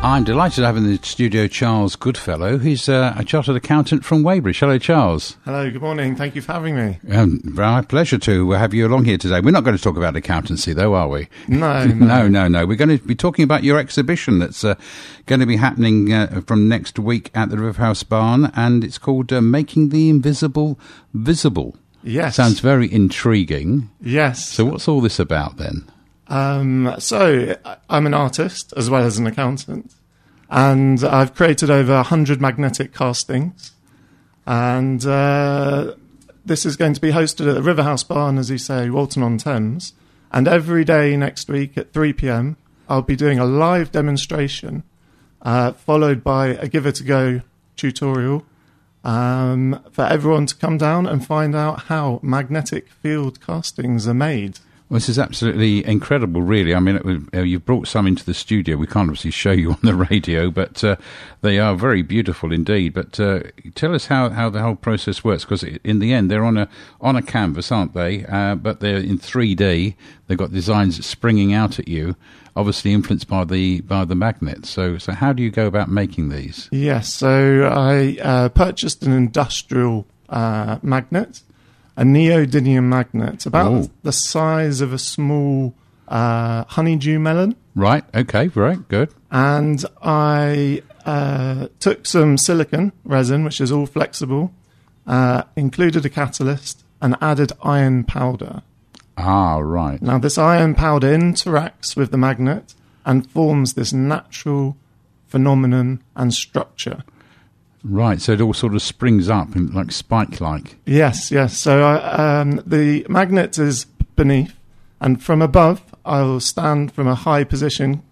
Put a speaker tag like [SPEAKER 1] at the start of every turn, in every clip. [SPEAKER 1] I'm delighted to have in the studio Charles Goodfellow. He's uh, a chartered accountant from Weybridge. Hello, Charles.
[SPEAKER 2] Hello, good morning. Thank you for having me.
[SPEAKER 1] Um, my pleasure to have you along here today. We're not going to talk about accountancy, though, are we?
[SPEAKER 2] No,
[SPEAKER 1] no, no, no. We're going to be talking about your exhibition that's uh, going to be happening uh, from next week at the Riverhouse Barn, and it's called uh, "Making the Invisible Visible."
[SPEAKER 2] Yes.
[SPEAKER 1] Sounds very intriguing.
[SPEAKER 2] Yes.
[SPEAKER 1] So, what's all this about then?
[SPEAKER 2] Um, so I- I'm an artist as well as an accountant, and I've created over 100 magnetic castings. And uh, this is going to be hosted at the Riverhouse Barn, as you say, Walton on Thames. And every day next week at 3 pm, I'll be doing a live demonstration, uh, followed by a give it a go tutorial um, for everyone to come down and find out how magnetic field castings are made.
[SPEAKER 1] Well, this is absolutely incredible, really. I mean, it, was- uh, you've brought some into the studio. We can't obviously show you on the radio, but uh, they are very beautiful indeed. But uh, tell us how, how the whole process works, because in the end, they're on a on a canvas, aren't they? Uh, but they're in three D. They've got designs springing out at you, obviously influenced by the by the magnets. So, so how do you go about making these?
[SPEAKER 2] Yes, so I uh, purchased an industrial uh, magnet, a neodymium magnet, about
[SPEAKER 1] Oh.
[SPEAKER 2] the size of a small uh, honeydew melon.
[SPEAKER 1] Right? Okay. Right. Good.
[SPEAKER 2] And I uh, took some silicon resin, which is all flexible, uh, included a catalyst, and added iron powder.
[SPEAKER 1] Ah. Right.
[SPEAKER 2] Now, this iron powder interacts with the magnet and forms this natural phenomenon and structure.
[SPEAKER 1] Right. So it all sort of springs up and like spike like.
[SPEAKER 2] Yes, yes. So I, um, the magnet is beneath, and from above, I will stand from a high position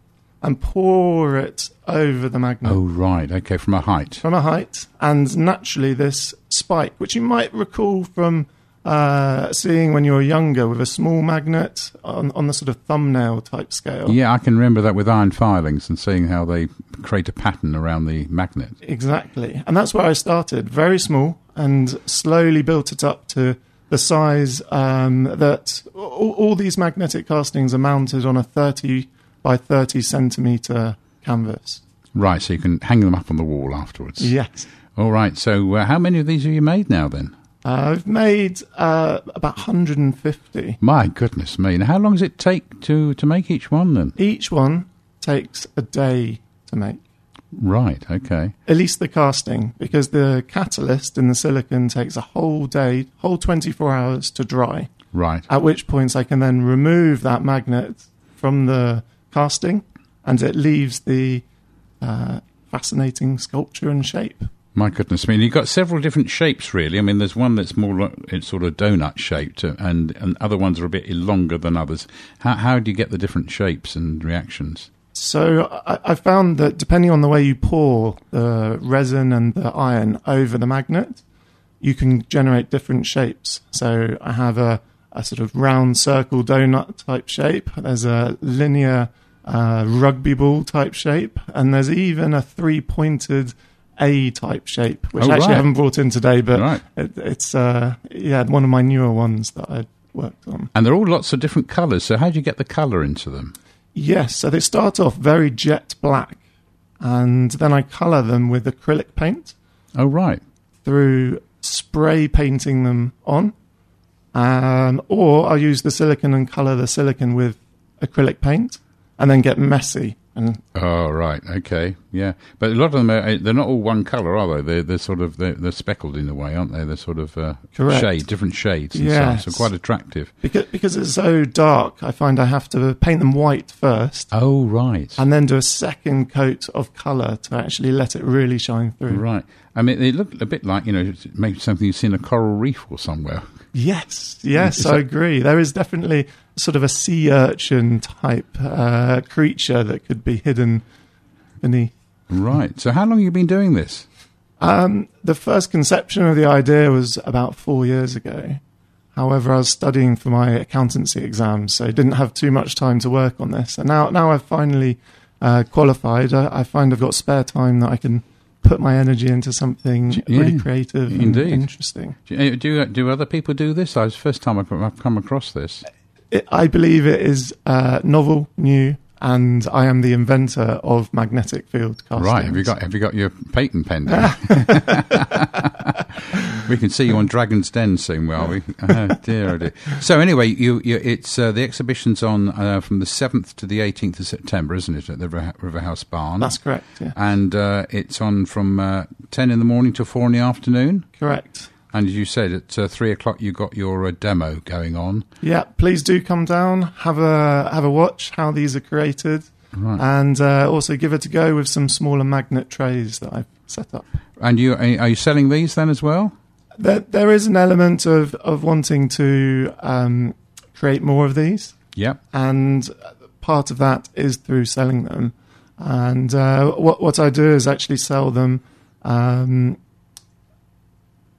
[SPEAKER 2] and pour it over the magnet
[SPEAKER 1] Oh. Right. Okay. From a height.
[SPEAKER 2] from a height. And naturally, this spike, which you might recall from uh, seeing when you were younger with a small magnet on, on the sort of thumbnail type scale.
[SPEAKER 1] Yeah, I can remember that with iron filings and seeing how they create a pattern around the magnet.
[SPEAKER 2] Exactly. And that's where I started, very small, and slowly built it up to the size um, that all, all these magnetic castings are mounted on a 30 by 30 centimeter canvas.
[SPEAKER 1] Right, so you can hang them up on the wall afterwards.
[SPEAKER 2] Yes.
[SPEAKER 1] All right, so uh, how many of these have you made now then?
[SPEAKER 2] Uh, I've made uh, about 150.
[SPEAKER 1] My goodness me. Now, how long does it take to, to make each one then?
[SPEAKER 2] Each one takes a day to make,
[SPEAKER 1] Right, okay.
[SPEAKER 2] at least the casting, because the catalyst in the silicon takes a whole day, whole 24 hours to dry.
[SPEAKER 1] Right.
[SPEAKER 2] at which point I can then remove that magnet from the casting and it leaves the uh, fascinating sculpture and shape.
[SPEAKER 1] My goodness me. And you've got several different shapes, really. I mean, there's one that's more like it's sort of donut shaped, uh, and, and other ones are a bit longer than others. How, how do you get the different shapes and reactions?
[SPEAKER 2] So I, I found that depending on the way you pour the resin and the iron over the magnet, you can generate different shapes. So I have a, a sort of round circle donut type shape. There's a linear uh, rugby ball type shape, and there's even a three pointed A type shape, which
[SPEAKER 1] Oh,
[SPEAKER 2] I actually
[SPEAKER 1] right.
[SPEAKER 2] haven't brought in today, but
[SPEAKER 1] Right.
[SPEAKER 2] it, it's uh, yeah one of my newer ones that I worked on.
[SPEAKER 1] And they're all lots of different colours, so how do you get the colour into them?
[SPEAKER 2] Yes, so they start off very jet black, and then I colour them with acrylic paint
[SPEAKER 1] Oh, right.
[SPEAKER 2] through spray painting them on, um, or I'll use the silicon and colour the silicon with acrylic paint, and then get messy. And
[SPEAKER 1] Oh right, okay, yeah. But a lot of them are, they're not all one color, are they? They're they're sort of they're, they're speckled in a way, aren't they? They're sort of uh,
[SPEAKER 2] Correct.
[SPEAKER 1] shade, different shades, and
[SPEAKER 2] Yes.
[SPEAKER 1] stuff. So quite attractive.
[SPEAKER 2] because because it's so dark, I find I have to paint them white first,
[SPEAKER 1] Oh right,
[SPEAKER 2] and then do a second coat of colour to actually let it really shine through.
[SPEAKER 1] right. I mean, they look a bit like you know maybe something you've seen a coral reef or somewhere.
[SPEAKER 2] Yes, yes,
[SPEAKER 1] Mm, Is
[SPEAKER 2] I
[SPEAKER 1] that-
[SPEAKER 2] agree. There is definitely sort of a sea urchin type uh, creature that could be hidden beneath.
[SPEAKER 1] Right. So how long have you been doing this?
[SPEAKER 2] Um, the first conception of the idea was about four years ago. However, I was studying for my accountancy exams, so I didn't have too much time to work on this. And now, now I've finally uh, qualified. I, I find I've got spare time that I can put my energy into something
[SPEAKER 1] Yeah,
[SPEAKER 2] really creative and
[SPEAKER 1] indeed.
[SPEAKER 2] interesting.
[SPEAKER 1] Do you- eh, do, do other people do this? I was first time I've come- I've come across this.
[SPEAKER 2] it, I believe it is uh, novel, new, and I am the inventor of magnetic field castings.
[SPEAKER 1] Right. Have you got have you got your patent pending? we can see you on Dragon's Den soon, will we? Oh dear, oh dear. So anyway, you, you it's uh, the exhibition's on uh, from the seventh to the eighteenth of September, isn't it, at the River- Riverhouse Barn?
[SPEAKER 2] That's correct. Yeah,
[SPEAKER 1] and uh, it's on from uh, ten in the morning to four in the afternoon.
[SPEAKER 2] correct.
[SPEAKER 1] And as you said, at uh, three o'clock you got your uh, demo going on.
[SPEAKER 2] Yeah, please do come down, have a have a watch how these are created,
[SPEAKER 1] Right.
[SPEAKER 2] and uh, also give it a go with some smaller magnet trays that I've set up.
[SPEAKER 1] And you are you selling these then as well?
[SPEAKER 2] There, there is an element of of wanting to um, create more of these,
[SPEAKER 1] Yep.
[SPEAKER 2] and part of that is through selling them. And uh, what what I do is actually sell them um,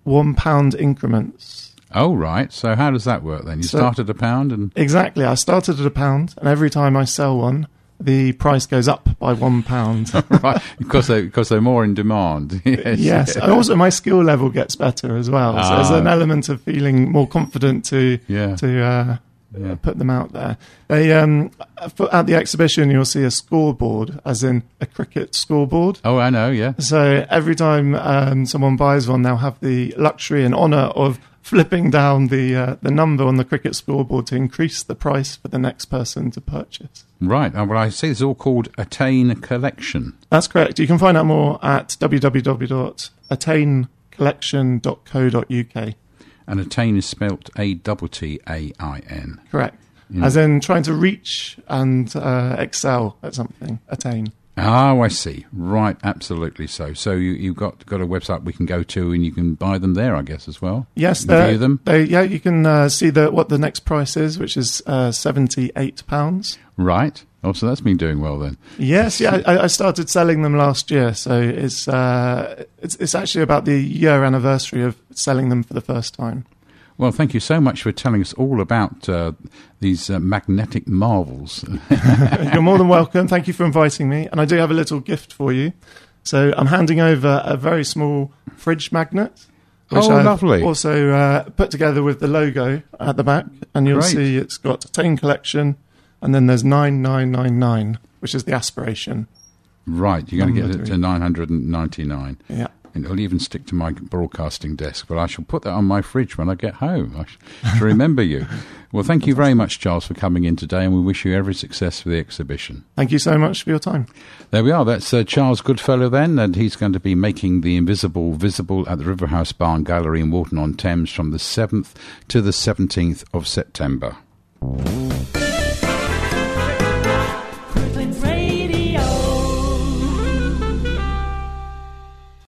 [SPEAKER 2] one pound increments.
[SPEAKER 1] Oh right. So how does that work then? You
[SPEAKER 2] So-
[SPEAKER 1] start at a pound and
[SPEAKER 2] Exactly. I started at a pound, and every time I sell one, the price goes up by one pound.
[SPEAKER 1] right because they because they're more in demand. yes.
[SPEAKER 2] yes. And also, my skill level gets better as well. So there's
[SPEAKER 1] Ah.
[SPEAKER 2] an element of feeling more confident to
[SPEAKER 1] Yeah.
[SPEAKER 2] to uh,
[SPEAKER 1] Yeah.
[SPEAKER 2] put them out there. They um, for- at the exhibition, you'll see a scoreboard, as in a cricket scoreboard.
[SPEAKER 1] Oh, I know. Yeah.
[SPEAKER 2] So every time um, someone buys one, they'll have the luxury and honour of flipping down the uh, the number on the cricket scoreboard to increase the price for the next person to purchase.
[SPEAKER 1] Right. Oh, well, I see. It's all called attain collection.
[SPEAKER 2] That's correct. You can find out more at www.attaincollection.co.uk.
[SPEAKER 1] And attain is spelt A double T A I N.
[SPEAKER 2] Correct. As in trying to reach and uh, excel at something, attain.
[SPEAKER 1] Oh, I see. Right, absolutely. So, so you, you've got got a website we can go to, and you can buy them there, I guess, as well.
[SPEAKER 2] Yes,
[SPEAKER 1] Review
[SPEAKER 2] they
[SPEAKER 1] them?
[SPEAKER 2] They, yeah, you can uh, see the, what the next price is, which is uh, seventy-eight pounds.
[SPEAKER 1] Right. Oh, so that's been doing well then.
[SPEAKER 2] Yes, yeah, I, I started selling them last year, so it's uh, it's it's actually about the year anniversary of selling them for the first time.
[SPEAKER 1] Well, thank you so much for telling us all about uh, these uh, magnetic marvels.
[SPEAKER 2] You're more than welcome. Thank you for inviting me, and I do have a little gift for you. So I'm handing over a very small fridge magnet, which
[SPEAKER 1] Oh,
[SPEAKER 2] I've
[SPEAKER 1] lovely.
[SPEAKER 2] also uh, put together with the logo at the back, and you'll
[SPEAKER 1] Great.
[SPEAKER 2] see it's got Attain Collection, and then there's nine nine nine nine, which is the aspiration.
[SPEAKER 1] Right, you're going to get
[SPEAKER 2] Number
[SPEAKER 1] it
[SPEAKER 2] three.
[SPEAKER 1] to 999.
[SPEAKER 2] Yeah.
[SPEAKER 1] And it'll even stick to my broadcasting desk, but I shall put that on my fridge when I get home I sh- to remember you. Well, thank you very much, Charles, for coming in today, and we wish you every success for the exhibition.
[SPEAKER 2] Thank you so much for your time.
[SPEAKER 1] There we are. That's uh, Charles Goodfellow then, and he's going to be making The Invisible Visible at the Riverhouse Barn Gallery in Walton on Thames from the 7th to the 17th of September.